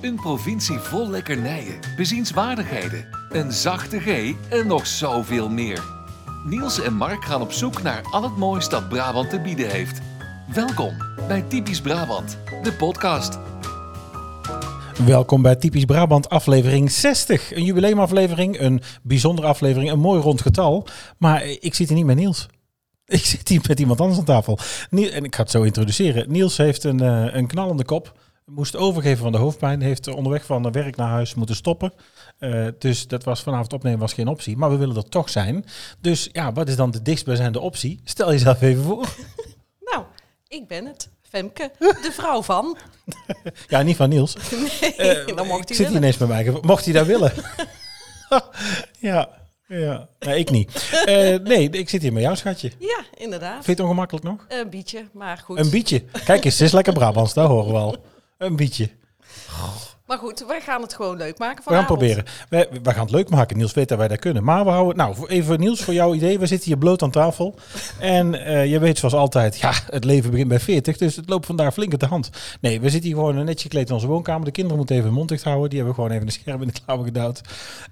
Een provincie vol lekkernijen, bezienswaardigheden, een zachte G en nog zoveel meer. Niels en Mark gaan op zoek naar al het moois dat Brabant te bieden heeft. Welkom bij Typisch Brabant, de podcast. Welkom bij Typisch Brabant, aflevering 60. Een jubileumaflevering, een bijzondere aflevering, een mooi rond getal. Maar ik zit hier niet met Niels. Ik zit hier met iemand anders aan tafel. Nie- en ik ga het zo introduceren. Niels heeft een, eh, een knallende kop. Moest overgeven van de hoofdpijn. Heeft onderweg van eh, werk naar huis moeten stoppen. Eh, dus dat was vanavond opnemen was geen optie. Maar we willen er toch zijn. Dus ja, wat is dan de dichtstbijzijnde optie? Stel jezelf even voor. Nou, ik ben het. Femke, de vrouw van. Ja, niet van Niels. Nee, Eh, dan mocht ik zit hier hij willen. ineens met mij. Mocht hij dat willen? ja, ja. Nee, ik niet. Eh, nee, ik zit hier met jou, schatje. Vind Ja, inderdaad. je het ongemakkelijk nog? Een bietje, maar goed. Een bietje. Kijk eens, het is lekker Brabants, dat horen we al. Een bietje. maar goed, we gaan het gewoon leuk maken We gaan het vanavond. proberen. We, we gaan het leuk maken. Niels weet dat wij dat kunnen. Maar we houden... Nou, voor- even Niels, voor jouw idee. We zitten hier bloot aan tafel. En eh, je weet zoals altijd, ja, het leven begint bij 40. Dus het loopt vandaag flink uit de hand. Nee, we zitten hier gewoon netjes gekleed in onze woonkamer. De kinderen moeten even hun mond dicht houden. Die hebben gewoon even een scherm in de klauwen gedouwd.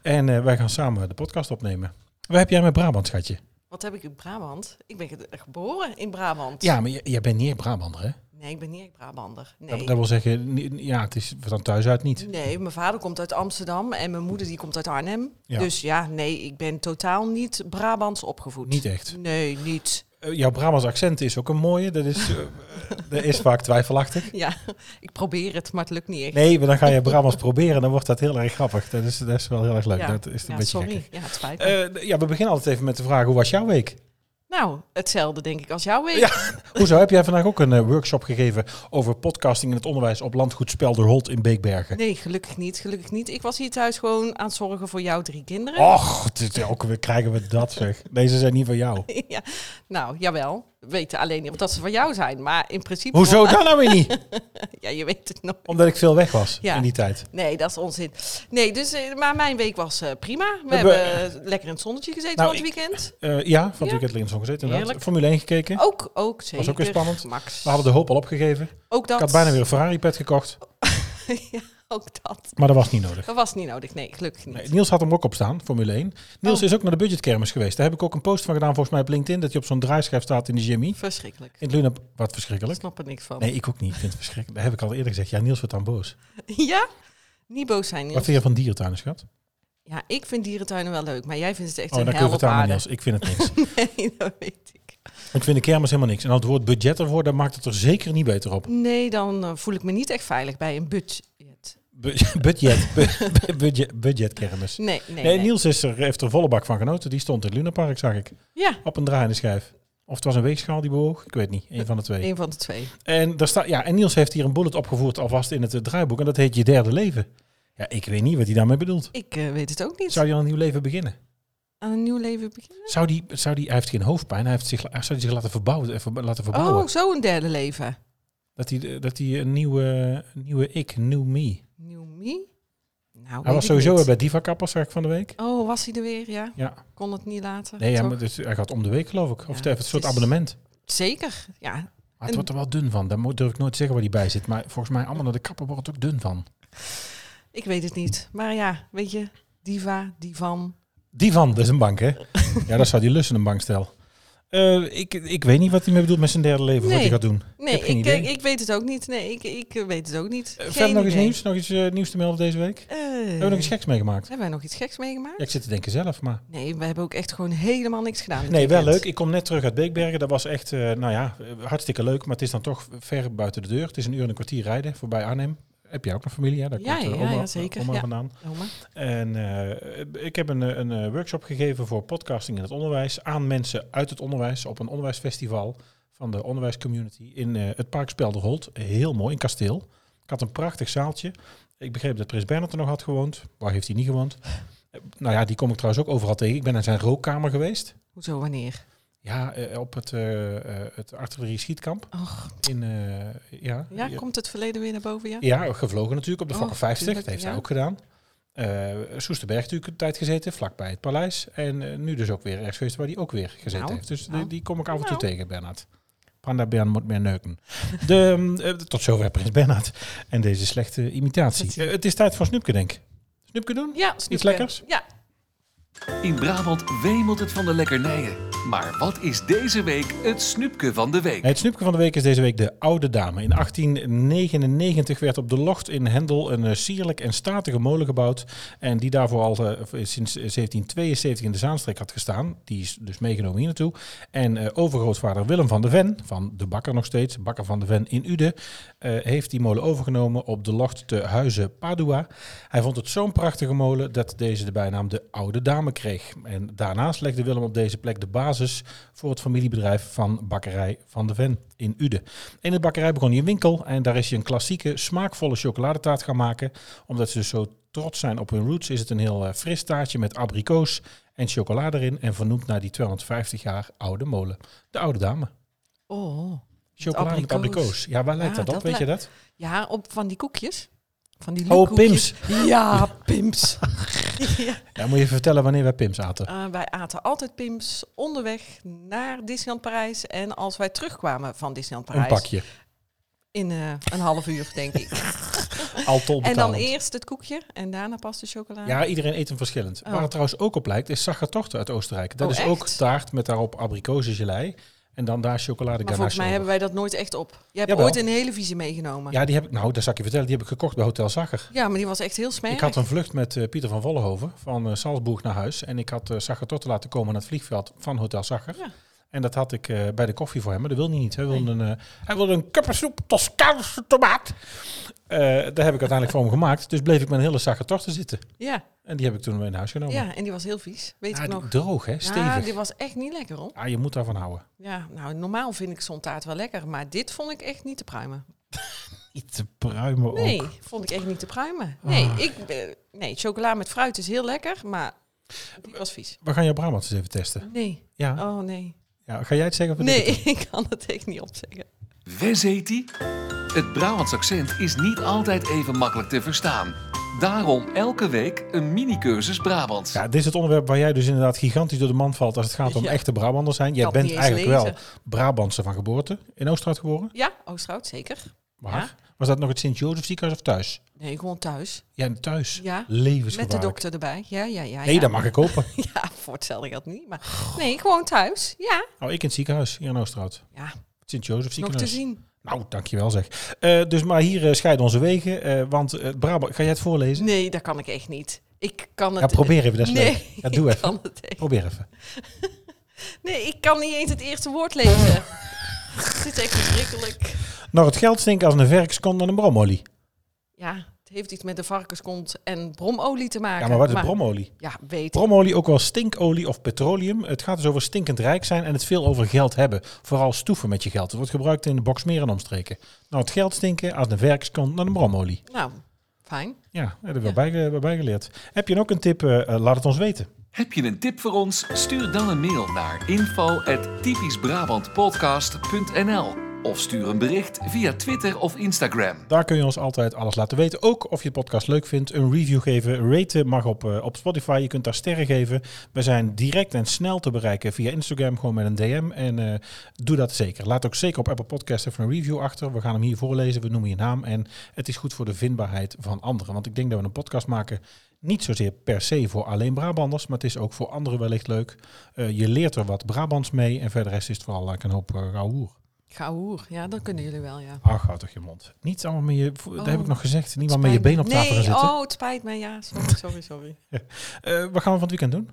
En eh, wij gaan samen de podcast opnemen. Waar heb jij met Brabant, schatje? Wat heb ik in Brabant? Ik ben ge- geboren in Brabant. Ja, maar j- jij bent niet echt Brabander, hè? Nee, ik ben niet echt Brabander. Dat, Nee. dat wil zeggen, ni- ja, het is van thuis uit niet. nee, mijn vader komt uit Amsterdam en mijn moeder die komt uit Arnhem. Ja. Dus ja, nee, ik ben totaal niet Brabants opgevoed. Niet echt. Nee, niet. Eh, jouw Brabants accent is ook een mooie. Dat is, eh, dat is vaak twijfelachtig. Ja, ik probeer het, maar het lukt niet echt. Nee, maar dan ga je Brabants proberen, dan wordt dat heel erg grappig. Dat is, dat is wel heel erg leuk. ja. Dat is een ja, beetje sorry. gekker. Ja, het spijt me. Eh, d- ja, we beginnen altijd even met de vraag, hoe was jouw week? nou, hetzelfde denk ik als jouw week. Ja. Hoezo, heb jij vandaag ook een eh, workshop gegeven over podcasting in het onderwijs op landgoed Spelderholt in Beekbergen? Nee, gelukkig niet, gelukkig niet. Ik was hier thuis gewoon aan het zorgen voor jouw drie kinderen. Och, dit is elke week krijgen we dat zeg. Deze zijn niet van jou. Ja. Nou, jawel. We weten alleen niet of dat ze van jou zijn, maar in principe... Hoezo dat nou weer niet? Ja, je weet het nog. Omdat ik veel weg was Ja. in die tijd. Nee, dat is onzin. Nee, dus, eh, maar mijn week was eh, prima. We We- hebben eh, lekker in het zonnetje gezeten Nou, van het weekend. Eh, ja, van Ja. het weekend gezeten inderdaad. Heerlijk. Oh. Formule 1 gekeken. Ook, ook zeker. weer spannend. Max. We hadden de hoop al opgegeven. ook dat. Ik had bijna weer een Ferrari-pet gekocht, ja, ook dat. maar dat was niet nodig. Dat was niet nodig. Nee, gelukkig niet. Nee, Niels had hem ook op staan, Formule 1. Niels Oh. is ook naar de budgetkermis geweest. Daar heb ik ook een post van gedaan, volgens mij op LinkedIn, dat hij op zo'n draaischijf staat in de Jimmy. Verschrikkelijk. In het Luna, wat Ik verschrikkelijk. snap er niks van. Nee, ik ook niet. Ik vind het verschrikkelijk. Dat heb ik al eerder gezegd. Ja, Niels wordt dan boos. Ja? Niet boos zijn, Wat Niels. vind je van dierentuinen, schat? Ja, ik vind dierentuinen wel leuk, maar jij vindt het echt oh, een dan kunnen hel we het op aan met aarde. Niels. Ik vind het niks. Nee, dat weet ik. ik vind de kermis helemaal niks. En als het woord budget ervoor, dan maakt het er zeker niet beter op. Nee, dan eh, voel ik me niet echt veilig bij een budget. Bu- budget. Bu- bu- budget budgetkermis. Nee, Nee, nee. nee. Niels is er, heeft er volle bak van genoten. Die stond in het Lunapark, zag ik. Ja, Op een draaiende schijf. Of het was een weegschaal die bewoog. Ik weet niet. Een van de twee. een van de twee. En, daar staat, ja, en Niels heeft hier een bullet opgevoerd alvast in het eh, draaiboek. En dat heet Je Derde Leven. Ja, ik weet niet wat hij daarmee bedoelt. Ik eh, weet het ook niet. Zou hij aan een nieuw leven beginnen? Aan een nieuw leven beginnen? Zou die, zou die, hij heeft geen hoofdpijn. Hij heeft zich, la- zou hij zich laten verbouwen? eh, verb- laten verbouwen? Oh, zo'n derde leven. Dat, hij, eh, dat hij een nieuwe, nieuwe ik, een nieuw me. Nieuw me? Nou, Oh, weet hij was ik sowieso niet. weer bij Diva Kappers, zag ik van de week. Oh, was hij er weer? Ja, Ja, kon het niet laten. nee, ja, toch? maar dus, hij gaat om de week geloof ik. Of Ja, het heeft een soort het is- abonnement. Zeker, ja. Maar het en- wordt er wel dun van. Daar mo- durf ik nooit te zeggen waar hij bij zit. Maar volgens mij allemaal naar de kapper wordt het ook dun van. Ik weet het niet. Maar ja, weet je, diva, divan. Die van, dat is een bank, hè? ja, dat zou die lussen een bankstel. Eh ik, ik weet niet wat hij mee bedoelt met zijn derde leven, of wat hij Nee. gaat doen. Nee, heb geen ik, idee. eh, ik weet het ook niet. Nee, ik, ik eh, weet het ook niet. Eh, Geen verder nog iets idee. nieuws, nog iets eh, nieuws te melden deze week? Eh, Hebben we nog iets geks meegemaakt? hebben wij nog iets geks meegemaakt? Ja, ik zit te denken zelf, maar... Nee, we hebben ook echt gewoon helemaal niks gedaan. dit Nee, wel weekend. leuk. Ik kom net terug uit Beekbergen. Dat was echt, eh, nou ja, eh, hartstikke leuk. Maar het is dan toch ver buiten de deur. Het is een uur en een kwartier rijden voorbij Arnhem. Heb jij ook nog familie? Ja, daar Ja, komt eh, ja, oma- ja, zeker, oma ja. vandaan. Oma? En eh, ik heb een, eh, een eh, workshop gegeven voor podcasting in het onderwijs aan mensen uit het onderwijs op een onderwijsfestival van de onderwijscommunity in eh, het Park Spelderholt. Heel mooi, in Kasteel. Ik had een prachtig zaaltje. Ik begreep dat Prins Bernhard er nog had gewoond. Waar heeft hij niet gewoond? Eh, nou ja, die kom ik trouwens ook overal tegen. Ik ben naar zijn rookkamer geweest. Hoezo, wanneer? Ja, eh, op het, eh, eh, het artillerie schietkamp. Och, In, eh, ja, ja, hier- komt het verleden weer naar boven, ja? ja, gevlogen natuurlijk op de Oh, Fokker 50. tuurlijk, dat heeft ja. hij ook gedaan. Eh Soesterberg natuurlijk een tijd gezeten, vlakbij het paleis. En eh, nu dus ook weer ergens geweest waar hij ook weer gezeten Nou, heeft. Dus die, nou. die kom ik af en toe Nou. tegen, Bernard. Panda Bern moet meer neuken. De, eh, tot zover Prins Bernhard. En deze slechte imitatie. Eh, het is tijd voor Snoepke, denk ik. Snoepke doen? Ja, Iets snoepje. lekkers? Ja, In Brabant wemelt het van de lekkernijen. Maar wat is deze week het snoepje van de week? Het snoepje van de week is deze week de Oude Dame. In 1899 werd op de Locht in Hendel een eh, sierlijk en statige molen gebouwd. En die daarvoor al eh, sinds 1772 in de Zaanstreek had gestaan. Die is dus meegenomen hier naartoe. En eh, overgrootvader Willem van de Ven, van de bakker nog steeds, bakker van de Ven in Uden, eh, heeft die molen overgenomen op de Locht te Huizen Padua. Hij vond het zo'n prachtige molen dat deze de bijnaam de Oude Dame kreeg. En daarnaast legde Willem op deze plek de basis voor het familiebedrijf van Bakkerij van de Ven in Uden. In de bakkerij begon hij een winkel en daar is hij een klassieke, smaakvolle chocoladetaart gaan maken. Omdat ze dus zo trots zijn op hun roots, is het een heel eh, fris taartje met abrikoos en chocolade erin. En vernoemd naar die 250 jaar oude molen. De Oude Dame. oh. Chocolade met abrikoos. abrikoos. Ja, waar lijkt Ja, dat op? dat Weet je lijkt- dat? Ja, op van die koekjes. Van die Oh, loopkoekjes. Ja, Pimps. ja. Ja, moet je even vertellen wanneer wij Pims aten. Eh, wij aten altijd Pimps onderweg naar Disneyland Parijs. En als wij terugkwamen van Disneyland Een Parijs. pakje. In eh, een half uur, denk ik. Al tol en dan betalend. eerst het koekje en daarna pas de chocolade. Ja, iedereen eet hem verschillend. Oh. Waar het trouwens ook op lijkt, is Sachertorte uit Oostenrijk. Dat Oh, is echt? ook taart met daarop abrikozengelei. En dan daar chocolade maar volgens mij ganache hebben wij dat nooit echt op. Jij hebt Jawel. ooit een hele visie meegenomen. over. Ja, die heb ik, nou, dat zal ik je vertellen, die heb ik gekocht bij Hotel Zacher. Ja, maar die was echt heel smerig. Ik had een vlucht met eh, Pieter van Vollenhoven van eh, Salzburg naar huis. En ik had eh Sachertorte laten komen naar het vliegveld van Hotel Zacher. Ja. En dat had ik eh, bij de koffie voor hem, maar dat wilde hij niet. Hij wilde een, eh hij wilde een kuppensoep Toscaanse tomaat. Eh, daar heb ik uiteindelijk voor hem gemaakt. Dus bleef ik met een hele Sachertorte zitten. Ja, En die heb ik toen mee naar huis genomen. ja, en die was heel vies. Weet Oh. Ja, ik die- nog. droog, hè? Stevig. Ja, die was echt niet lekker hoor. Ah, je moet daarvan houden. Ja, nou normaal vind ik zo'n taart wel lekker, maar dit vond ik echt niet te pruimen. Iets te pruimen Nee, ook. vond ik echt niet te pruimen. Ah. Nee, ik, eh, nee, chocola met fruit is heel lekker, maar die was vies. We gaan jouw Brabants eens even testen. Nee, Ja. oh nee. ja ga jij het zeggen? Of doe ik Nee, het? ik kan het echt niet opzeggen. Wes heet die? Het Brabants accent is niet altijd even makkelijk te verstaan. Daarom elke week een mini-cursus Brabants. Ja, dit is het onderwerp waar jij dus inderdaad gigantisch door de man valt als het gaat om Ja. echte Brabanders zijn. Jij Kan bent niet eens eigenlijk wel lezen. Brabantse van geboorte. In Oosterhout geboren? Ja, Oosterhout, zeker. Waar? Was dat nog het sint jozef ziekenhuis of thuis? Nee, gewoon thuis. Ja, thuis. Ja, Met Levensgevaarlijk. de dokter erbij. Ja, ja, ja. Nee, ja. dat mag ik hopen. Ja, voor hetzelfde geld niet. Maar nee, gewoon thuis. Ja. Oh, ik in het ziekenhuis hier in Oosterhout. Ja, Het sint jozef nog te ziekenhuis. zien. Nou, dankjewel zeg. Eh, dus maar hier eh, scheiden onze wegen. eh, want eh, Brabant, ga jij het voorlezen? Nee, dat kan ik echt niet. Ik kan het... Ja, probeer even, dat is Nee, leuk. Ja, doe ik even. kan het echt. Probeer even. Nee, ik kan niet eens het eerste woord lezen. Dit is echt verschrikkelijk. Nog het geld stinken als een verkskont en een bromolie. Ja, het heeft iets met de varkenskont en bromolie te maken. Ja, maar wat is bromolie? Ja, weet ik. Bromolie, ook wel stinkolie of petroleum. Het gaat dus over stinkend rijk zijn en het veel over geld hebben. Vooral stoeven met je geld. Het wordt gebruikt in de boksmeren en omstreken. Nou, het geld stinken als een verkskont naar een bromolie. Nou, fijn. Ja, dat hebben we bij- eh, bij geleerd. Heb je ook een tip? eh, eh, laat het ons weten. Heb je een tip voor ons? Stuur dan een mail naar info@typischbrabantpodcast.nl of stuur een bericht via Twitter of Instagram. Daar kun je ons altijd alles laten weten. Ook of je de podcast leuk vindt. Een review geven. Raten mag op, eh, op Spotify. Je kunt daar sterren geven. We zijn direct en snel te bereiken via Instagram. Gewoon met een DM. En eh, doe dat zeker. Laat ook zeker op Apple Podcasts even een review achter. We gaan hem hier voorlezen. We noemen je naam. En het is goed voor de vindbaarheid van anderen. Want ik denk dat we een podcast maken. Niet zozeer per se voor alleen Brabanders, maar het is ook voor anderen wellicht leuk. Eh, je leert er wat Brabants mee en verder is het vooral eh, een hoop uh, hoer. Gauwoer. Ja, dat kunnen jullie wel, ja. Ach, houd toch je mond. Niet allemaal met je... vo- Dat heb ik nog gezegd. Niet maar met je Oh. Spijt me. been op tafel gaan Nee, zitten. oh, het spijt me. Ja, sorry, sorry, sorry. Eh, wat gaan we van het weekend doen?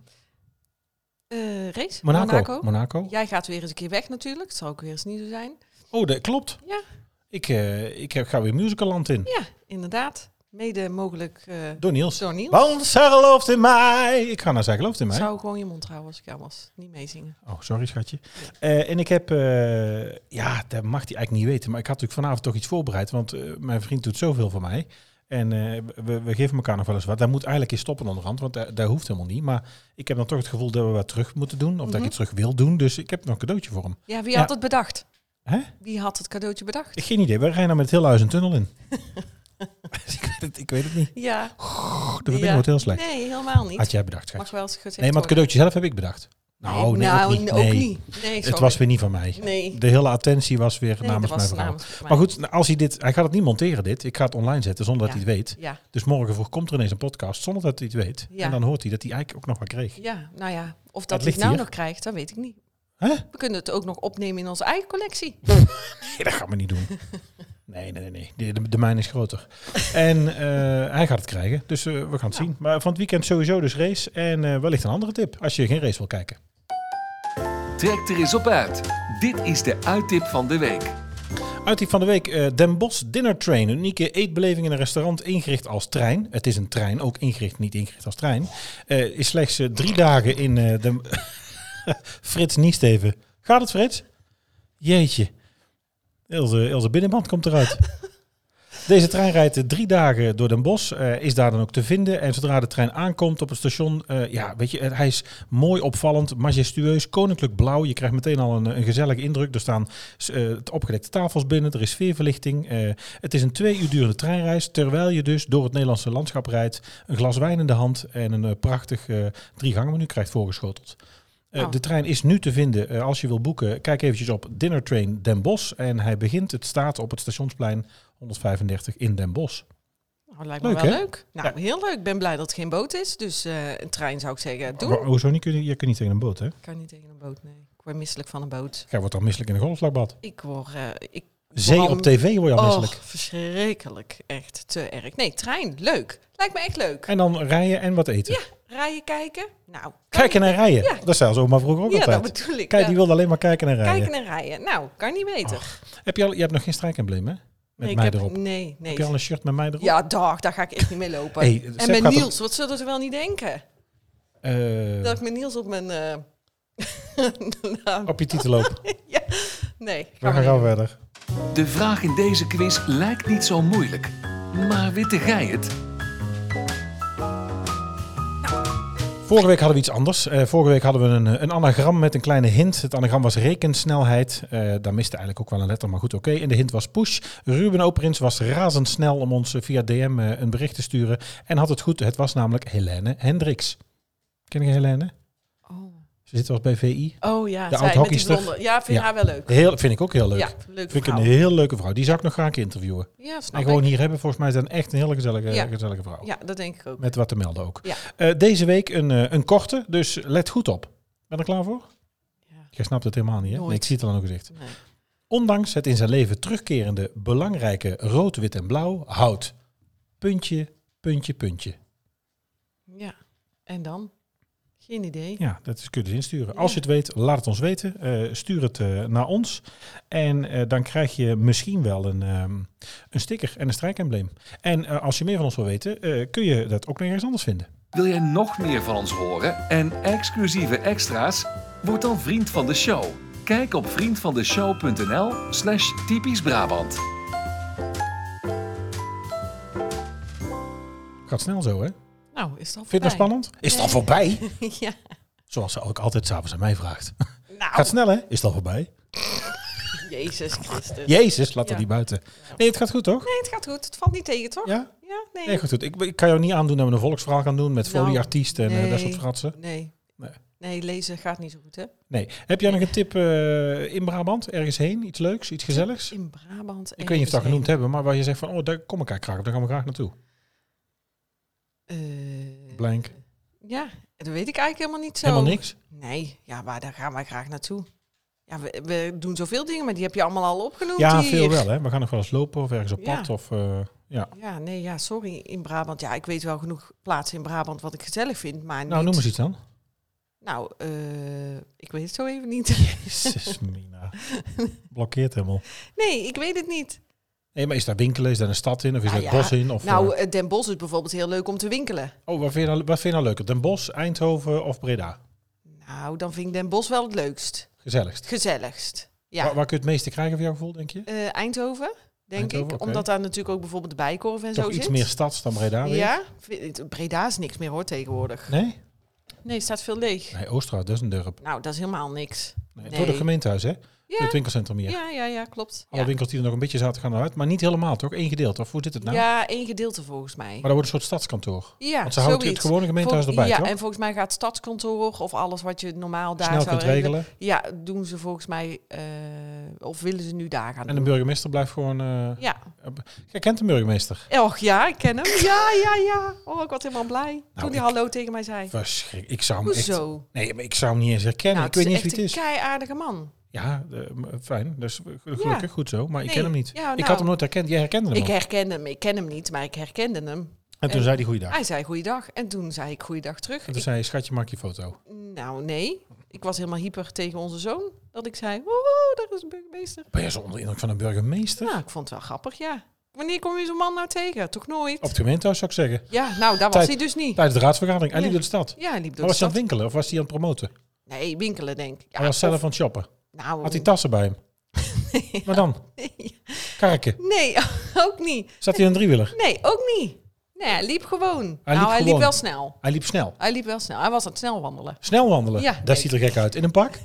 Eh, race? Monaco. Monaco. Jij gaat weer eens een keer weg natuurlijk. Het zal ook weer eens niet zo zijn. Oh, dat klopt. Ja. Ik, eh, ik heb- ga weer Musicalland in. Ja, inderdaad. Mede mogelijk eh Door Niels. door Niels. Want zij gelooft in mij. Ik ga naar zij gelooft in mij. Zou gewoon je mond houden als ik jou was. Niet meezingen. Oh, sorry schatje. Eh, en ik heb, eh, ja, dat mag hij eigenlijk niet weten, maar ik had natuurlijk vanavond toch iets voorbereid, want eh, mijn vriend doet zoveel voor mij. En eh, we, we geven elkaar nog wel eens wat. Daar moet eigenlijk eens stoppen onderhand, want dat, dat hoeft helemaal niet. Maar ik heb dan toch het gevoel dat we wat terug moeten doen, of dat ik Mhm. iets terug wil doen. Dus ik heb nog een cadeautje voor hem. Ja, wie Ja. had het bedacht? Hè? Wie had het cadeautje bedacht? Ik geen idee, we rijden nou met heel huis een tunnel in. ik, weet het, ik weet het niet. Ja. Oh, de verbinding Ja. wordt heel slecht. Nee, helemaal niet. Had jij bedacht, Mag schatje? wel eens gezegd Nee, maar het worden. cadeautje zelf heb ik bedacht. Nou, nee, ook niet. ook Nee. niet. Nee, Het was weer niet van mij. Nee. De hele attentie was weer Nee, namens dat mijn was verhaal. namens mij. Maar goed, nou, als hij dit, hij gaat het niet monteren dit. Ik ga het online zetten zonder dat Ja. hij het weet. Ja, Dus morgen vroeg komt er ineens een podcast zonder dat hij het weet. Ja. En dan hoort hij dat hij eigenlijk ook nog wat kreeg. ja, nou ja. Of Het dat hij ligt het nou hier. nog krijgt, dat weet ik niet. Hè? Nou, We kunnen het ook nog opnemen in onze eigen collectie. Nee, dat gaan we niet doen. Nee, nee, nee. nee. De, de, de mijn is groter. En eh, hij gaat het krijgen. Dus eh, we gaan het zien. Maar van het weekend sowieso dus race. En eh, wellicht een andere tip als je geen race wil kijken. Trek er eens op uit. Dit is de uittip van de week. Uiting van de week, eh, Den Bosch Dinner Train. Een unieke eetbeleving in een restaurant ingericht als trein. Het is een trein, ook ingericht, niet ingericht als trein. Eh, is slechts eh, drie dagen in eh, Den... Frits niest even. Gaat het, Frits? Jeetje. Heel de, heel de binnenband komt eruit. Deze trein rijdt eh, drie dagen door Den Bosch, eh, is daar dan ook te vinden. En zodra de trein aankomt op het station, eh, ja, weet je, eh, hij is mooi opvallend, majestueus, koninklijk blauw. Je krijgt meteen al een, eh, een gezellige indruk. Er staan s- eh, t- opgedekte tafels binnen, er is sfeerverlichting. eh, het is een twee uur durende treinreis, terwijl je dus door het Nederlandse landschap rijdt. Een glas wijn in de hand en een eh, prachtig eh driegangenmenu krijgt voorgeschoteld. Eh, Oh. De trein is nu te vinden. Eh, als je wil boeken, kijk eventjes op Dinner Train Den Bosch. En hij begint, het staat op het stationsplein 135 in Den Bosch. Nou, lijkt me Leuk, wel hè? leuk. Nou, heel leuk. Ik ben blij dat het geen boot is. Dus eh, een trein zou ik zeggen, doe. Ho- Hoezo niet? Kun je, je kunt niet tegen een boot, hè? Ik kan niet tegen een boot, nee. Ik word misselijk van een boot. Jij wordt dan misselijk in een golfslagbad. Ik word... eh, ik Zee Waarom? op tv word je al oh, misselijk. verschrikkelijk. Echt te erg. Nee, trein. Leuk. Lijkt me echt leuk. En dan rijden en wat eten. Ja, rijden, kijken. Nou, kan Kijken en rijden. Ja. Dat zei ze oma vroeger ook niet- Ja, dat altijd. bedoel ik. Kijk, ja. die wilde alleen maar kijken en rijden. Kijken en rijden. Nou, kan niet beter. Heb je, al, je hebt nog geen strijkembleem, hè? Met nee, ik mij heb, erop. Nee, nee. Heb je al een shirt met mij erop? Ja, dag, daar ga ik echt niet mee lopen. Hey, Sepp en met gaat er- Niels, wat zullen ze wel niet denken? Eh, Dat ik met Niels op mijn... eh, naam- op je titelloop. ja. Nee, We gaan we gaan niet gauw doen. verder. De vraag in deze quiz lijkt niet zo moeilijk. Maar witte gij het? Vorige week hadden we iets anders. Eh, vorige week hadden we een, eh, een anagram met een kleine hint. Het anagram was rekensnelheid. Eh, daar miste eigenlijk ook wel een letter, maar goed, oké. En de hint was push. Ruben Operins was razendsnel om ons eh, via DM eh, een bericht te sturen. En had het goed. Het was namelijk Helene Hendricks. Ken je Helene? Oh. Ze zit wel eens bij VI. Oh De ja, zij met die oud-hockeyster. blonde. Ja, vind Ja. je haar wel leuk. Heel, vind ik ook heel leuk. Ja, leuk vind ik vrouw. een heel leuke vrouw. Die zou ik nog graag een keer interviewen. Ja, snap En gewoon ik. hier hebben, volgens mij is dat een echt een hele gezellige, Ja. gezellige vrouw. Ja, dat denk ik ook. Met wat te melden ook. Ja. Eh, deze week een, eh, een korte, dus let goed op. Ben je er klaar voor? Ja. Jij snapt het helemaal niet, hè? Nooit. Nee, ik zie het al aan uw gezicht. Nee. Ondanks het in zijn leven terugkerende belangrijke rood, wit en blauw, houdt. Puntje, puntje, puntje. Ja, en dan? Geen idee. Ja, dat is, kun je dus insturen. Ja. Als je het weet, laat het ons weten. Eh, stuur het eh, naar ons. En eh, dan krijg je misschien wel een, ehm, een sticker en een strijkembleem. En eh, als je meer van ons wil weten, eh, kun je dat ook nog ergens anders vinden. Wil jij nog meer van ons horen en exclusieve extra's? Word dan vriend van de show. Kijk op vriendvandeshow.nl slash typisch Brabant. Gaat snel zo, hè? Nou, is dat Vind je dat spannend? Is het al voorbij? ja. Zoals ze ook altijd s'avonds aan mij vraagt. Gaat Nou, snel, hè? Is het al voorbij? Jezus Christus. Jezus, laat dat Ja. niet buiten. Nee, het gaat goed, toch? Nee, het gaat goed. Het valt niet tegen, toch? Ja? Ja, nee. Nee, goed, goed. Ik, ik kan jou niet aandoen dat we een volksverhaal gaan doen met Nou, folieartiest en eh, dat soort nee. fratsen. Nee. Nee. Nee, lezen gaat niet zo goed, hè? Nee. Heb jij nog een tip eh, in Brabant, ergens heen? Iets leuks, iets gezelligs? In Brabant. Ik weet niet of we dat genoemd hebben, maar waar je zegt van, oh, daar kom ik eigenlijk graag op, daar gaan we graag naartoe. Eh, Blank. Ja, dat weet ik eigenlijk helemaal niet zo. Helemaal niks? Nee, ja, maar daar gaan wij graag naartoe. Ja, we, we doen zoveel dingen, maar die heb je allemaal al opgenoemd Ja, hier. veel wel, hè. We gaan nog wel eens lopen of ergens op Ja. pad of... eh, ja. Ja, nee, ja, sorry. In Brabant. Ja, ik weet wel genoeg plaatsen in Brabant wat ik gezellig vind, maar Nou, niet... noem eens iets dan. Nou, eh, ik weet het zo even niet. Jezus, Mina. Blokkeert helemaal. Nee, ik weet het niet. Nee, maar is daar winkelen? Is daar een stad in? Of is Nou daar ja, het bos in? Of, nou, eh, eh, Den Bosch is bijvoorbeeld heel leuk om te winkelen. oh, wat vind, je nou, wat vind je nou leuker? Den Bosch, Eindhoven of Breda? Nou, dan vind ik Den Bosch wel het leukst. Gezelligst. Het gezelligst. Ja. Waar, waar kun je het meeste krijgen voor jouw gevoel, denk je? Eh, Eindhoven, denk Eindhoven, ik. oké. Omdat daar natuurlijk ook bijvoorbeeld de Bijkorf en Toch zo iets zit. meer stads dan Breda weer? ja, vind ik- Breda is niks meer hoor tegenwoordig. Nee? Nee, staat veel leeg. Nee, Oosterhout, dat is een dorp. Nou, dat is helemaal niks. Nee, Nee. Door de gemeentehuis, hè? Het Ja, winkelcentrum hier. ja, ja, ja klopt. Alle Ja. winkels die er nog een beetje zaten gaan eruit. Maar niet helemaal, toch? Eén gedeelte. Of hoe zit het nou? ja, één gedeelte volgens mij. Maar dat wordt een soort stadskantoor. Ja, Want ze houden zoiets. het gewone gemeentehuis Vol- erbij, Ja, toch? en volgens mij gaat stadskantoor of alles wat je normaal daar Snel zou kunt regelen. Ja, doen ze volgens mij, eh, of willen ze nu daar gaan En de doen. burgemeester blijft gewoon... eh Ja. Jij kent de burgemeester. Och ja, ik ken hem. Ja, ja, ja. Oh, ik was helemaal blij toen hij Nou, ik- hallo tegen mij zei. Verschrik. Ik zou hem echt... Hoezo? Nee, maar ik zou hem niet eens herkennen. Nou, ik weet niet eens echt wie het is. een kei-aardige man. Ja, eh, m- fijn. Dus gelukkig, Ja. goed zo. Maar ik Nee, ken hem niet. ja, Ik nou. had hem nooit herkend. Jij herkende hem Ik al. herkende hem. Ik ken hem niet, maar ik herkende hem. En toen en- zei hij goeiedag. Hij zei goeiedag en toen zei ah, ik goeiedag terug. En toen zei hij, schatje, maak je foto. Ik- nou, nee. Ik was helemaal hyper tegen onze zoon. Dat ik zei, woehoe, daar is een burgemeester. Ben je zo onder de indruk van een burgemeester? Nou, ik vond het wel grappig, ja. Wanneer kom je zo'n man nou tegen? Toch nooit? Op het gemeentehuis zou ik zeggen. Ja, nou, daar Tijd- was hij dus niet. Tijdens de raadsvergadering. Hij liep Ja. door de stad. Ja, hij Maar liep door de was hij aan het stad. winkelen of was hij aan het promoten? Nee, winkelen denk ik. Ja, hij was zelf of- aan het shoppen. nou, Had hij tassen bij hem? Maar dan? Karken. Nee, ook niet. Zat hij in een driewieler? Nee, ook niet. Nee, hij liep gewoon. Hij liep nou, hij gewoon. liep wel snel. Hij liep snel. Hij liep wel snel. Hij was aan het snel wandelen. Snel wandelen. Ja, dat kijk. ziet er gek uit. In een pak?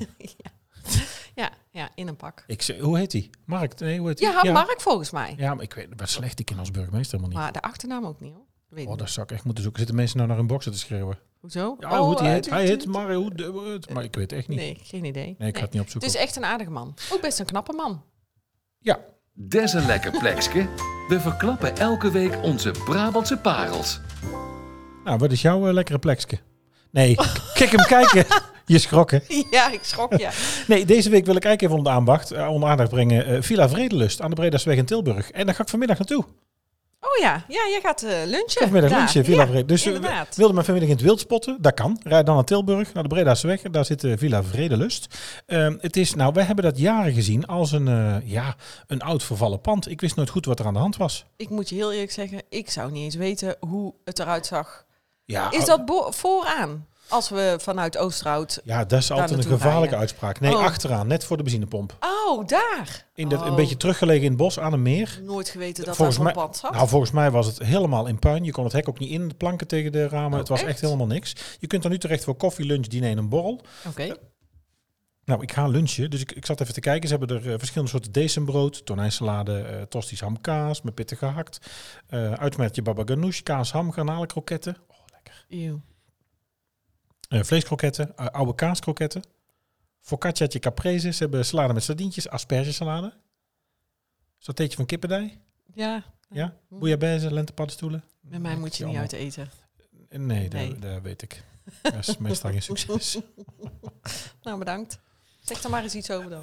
Ja, ja in een pak. Ik, zeg, hoe heet hij? Mark? Nee, hoe heet hij? Ja, had Mark volgens mij. Ja, maar ik weet wat slecht. Ik ken als burgemeester helemaal niet. Maar de achternaam ook niet, hoor. Weet Oh, niet. dat zou ik echt moeten zoeken. Zitten mensen nou naar hun boxen te schreeuwen? Hoezo? Ja, hoe heet hij? eh, heet? die- Hij die- heet Mario. hoe de- hoe het- Maar ik weet het echt niet. Nee, Dus- geen idee. Nee, ik ga het niet opzoeken. Het is echt een aardige man. Ook best een knappe man. Ja, Des een lekker plekske. We verklappen elke week onze Brabantse parels. nou, wat is jouw eh, lekkere plekske? Nee, kijk hem kijken. Je schrok, hè? Ja, ik schrok, ja. Nee, deze week wil ik eigenlijk even onder de aandacht, eh, onder aandacht brengen. eh, Villa Vredelust aan de Bredasweg in Tilburg. En daar ga ik vanmiddag naartoe. Oh ja, ja, jij gaat eh, lunchen. Vanmiddag daar. lunchen, Villa Ja, Vrede. Dus eh, inderdaad. wilde men vanmiddag in het wild spotten? Dat kan. Rijd dan naar Tilburg, naar de Bredaseweg. Daar zit eh, Villa Vredelust. Ehm, het is, nou, wij hebben dat jaren gezien als een, eh, ja, een oud vervallen pand. Ik wist nooit goed wat er aan de hand was. Ik moet je heel eerlijk zeggen, ik zou niet eens weten hoe het eruit zag. Ja, oh. Is dat bo- vooraan? Als we vanuit Oosterhout... Ja, dat is altijd een naartoe gevaarlijke rijden. uitspraak. Nee, Oh. achteraan, net voor de benzinepomp. Oh, daar! In dat, Een Oh. beetje teruggelegen in het bos aan een meer. Nooit geweten dat Volgens dat mij- een pand zat. Nou, volgens mij was het helemaal in puin. Je kon het hek ook niet in, de planken tegen de ramen. het was echt? Oh, echt? helemaal niks. Je kunt er nu terecht voor koffie, lunch, diner en een borrel. Oké. Nou, ik ga lunchen, dus ik, ik zat even te kijken. Ze hebben er eh, verschillende soorten decembrood, tonijnsalade, eh tosties hamkaas met pitten gehakt. eh uitsmertje baba ganoush, kaas, ham, garnalenkroketten. Oh, lekker. Eeuw. Eh, vleeskroketten, eh, oude kaaskroketten. Focacciatje caprese. Ze hebben salade met sardientjes, aspergesalade. Satéetje van Mhm. kippendij. Ja, Ja, bouillabaisse, lentepaddenstoelen. met mij moet je niet Allemaal. uit eten. Nee, dat, Nee. dat weet ik. Dat is meestal geen succes. Eh, Nou, bedankt. Zeg er maar eens iets over dan.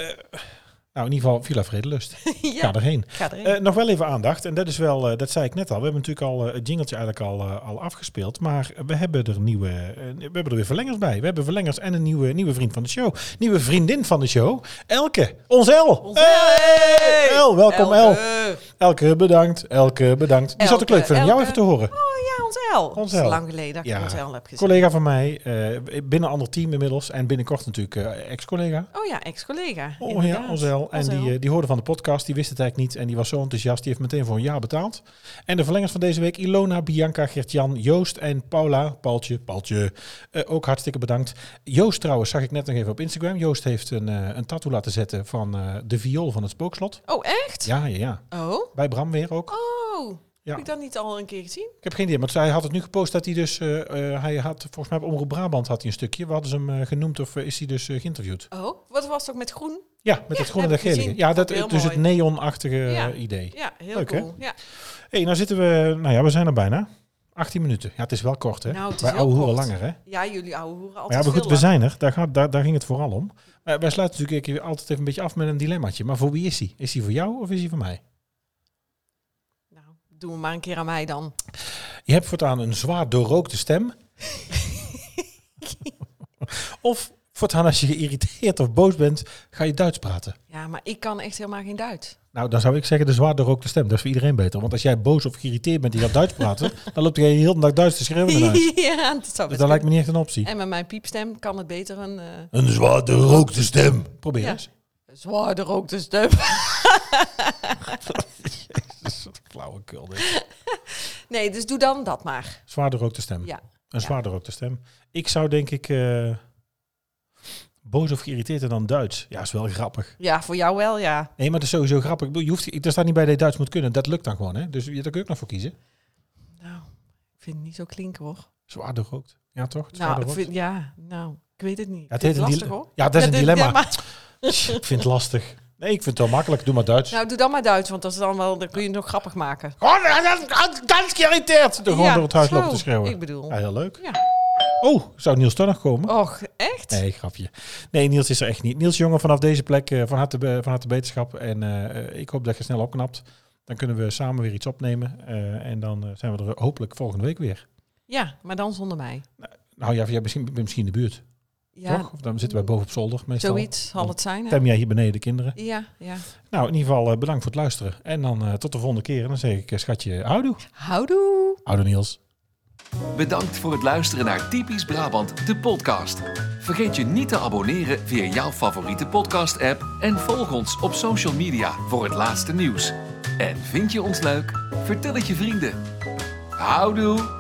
Nou, in ieder geval Villa Vredelust. Ga ja, erheen. ga erin. Eh, nog wel even aandacht. En dat is wel, eh, dat zei ik net al. We hebben natuurlijk al eh, het jingeltje eigenlijk al, eh, al afgespeeld. Maar we hebben er nieuwe. eh, we hebben er weer verlengers bij. We hebben verlengers en een nieuwe, nieuwe vriend van de show. Nieuwe vriendin van de show. Elke. Ons El. Onze- Hey! El, welkom El. Elke. Elke, bedankt. Elke, bedankt. Die zat ook Elke, leuk vinden om jou Elke. even te horen. Oh ja, ons El. Ons Ons El. Lang geleden dat ik Ja. ons El heb gezien. Collega van mij, eh, binnen een ander team inmiddels. En binnenkort natuurlijk eh, ex-collega. Oh ja, ex-collega. Oh inderdaad. ja, Onzel. En Ons El. die, eh, die hoorde van de podcast, die wist het eigenlijk niet. En die was zo enthousiast, die heeft meteen voor een jaar betaald. En de verlengers van deze week, Ilona, Bianca, Gertjan, Joost en Paula. Paultje, Paultje, eh, ook hartstikke bedankt. Joost trouwens, zag ik net nog even op Instagram. Joost heeft een, eh, een tattoo laten zetten van eh, de viool van het spookslot. Oh, echt? Ja, ja, eh, ja. Oh. Bij Bram weer ook. Oh. Ja. Heb ik dat niet al een keer gezien? Ik heb geen idee, maar hij had het nu gepost dat hij dus... eh, eh, hij had, volgens mij op Omroep Brabant had hij een stukje. We hadden ze hem eh, genoemd of eh, is hij dus eh, geïnterviewd. Oh, wat was het ook met groen? Ja, met het groene en heb dat ik gele. gezien. Ja, dat, Heel dus het mooi. neonachtige eh, Ja. idee. Ja, heel Leuk, hè? cool. Ja. Hé, nou zitten we, nou ja, we zijn er bijna. 18 minuten. Ja, het is wel kort, hè? Nou, het is Bij heel oude hoeren kort. langer, hè? ja, jullie ouwe hoeren Maar ja, altijd maar goed, veel we langer. zijn er. Daar, gaat, daar, daar ging het vooral om. Eh, wij sluiten natuurlijk even- altijd even een beetje af met een dilemmaatje. Maar voor wie is hij? Is hij voor jou of is hij voor mij? Nou, doe hem maar een keer aan mij dan. Je hebt voortaan een zwaar doorrookte stem. of voortaan als je geïrriteerd of boos bent, ga je Duits praten. Ja, maar ik kan echt helemaal geen Duits. Nou, dan zou ik zeggen de zwaar doorrookte stem. Dat is voor iedereen beter. Want als jij boos of geïrriteerd bent en je gaat Duits praten, dan loopt jij heel de dag Duits te schreeuwen in huis. ja, dat zou Dus best dat lijkt kunnen. me niet echt een optie. En met mijn piepstem kan het beter een eh Een zwaar rookte stem. Probeer Ja. eens. zwaarder ook dus de stem. Wat flauwekul dit. Nee, dus doe dan dat maar. Zwaar rookte stem. Ja. Een zwaar rookte stem. Ik zou denk ik eh, boos of geïrriteerd en dan Duits. Ja, is wel grappig. Ja, voor jou wel, ja. Nee, maar dat is sowieso grappig. Ik bedoel, Je hoeft, er staat niet bij dat je Duits moet kunnen. Dat lukt dan gewoon, hè? Dus je- daar kun je ook nog voor kiezen. Nou, ik vind het niet zo klinken hoor. Zwaar doorrookt. Ja, toch? Zwaar Nou, ik doorrookt. vind, ja, nou, ik weet het niet. Ja, het Dit heet is een lastig dile- hoor. Ja, dat is Ja, een dit- dilemma. ja, maar- Ik vind het lastig. Nee, ik vind het wel makkelijk. Doe maar Duits. nou, doe dan maar Duits, want dat is dan wel, dan kun je het nog grappig maken. Gewoon, eh, dat- dat- Duits geïrriteerd! Door gewoon Ja, door het huis zo, lopen te schreeuwen. Ik bedoel. Ja, heel leuk. Ja. Oh, zou Niels toch nog komen? Och, echt? Nee, grapje. Nee, Niels is er echt niet. Niels, jongen, vanaf deze plek eh, van harte, be- van harte beterschap. En eh, eh, ik hoop dat je snel opknapt. Dan kunnen we samen weer iets opnemen. eh, en dan eh, zijn we er hopelijk volgende week weer. Ja, maar dan zonder mij. Nou ja, jij misschien, bent misschien in de buurt, Ja, toch? Of dan zitten wij boven op zolder meestal. zoiets zal het zijn. Hè? Tem jij hier beneden de kinderen. Ja, ja. Nou, in ieder geval eh, bedankt voor het luisteren. En dan eh, tot de volgende keer. En dan zeg ik, eh, schatje, houdoe. Houdoe! Houdoe, Niels. Bedankt voor het luisteren naar Typisch Brabant, de podcast. Vergeet je niet te abonneren via jouw favoriete podcast-app en volg ons op social media voor het laatste nieuws. En vind je ons leuk? Vertel het je vrienden. Houdoe!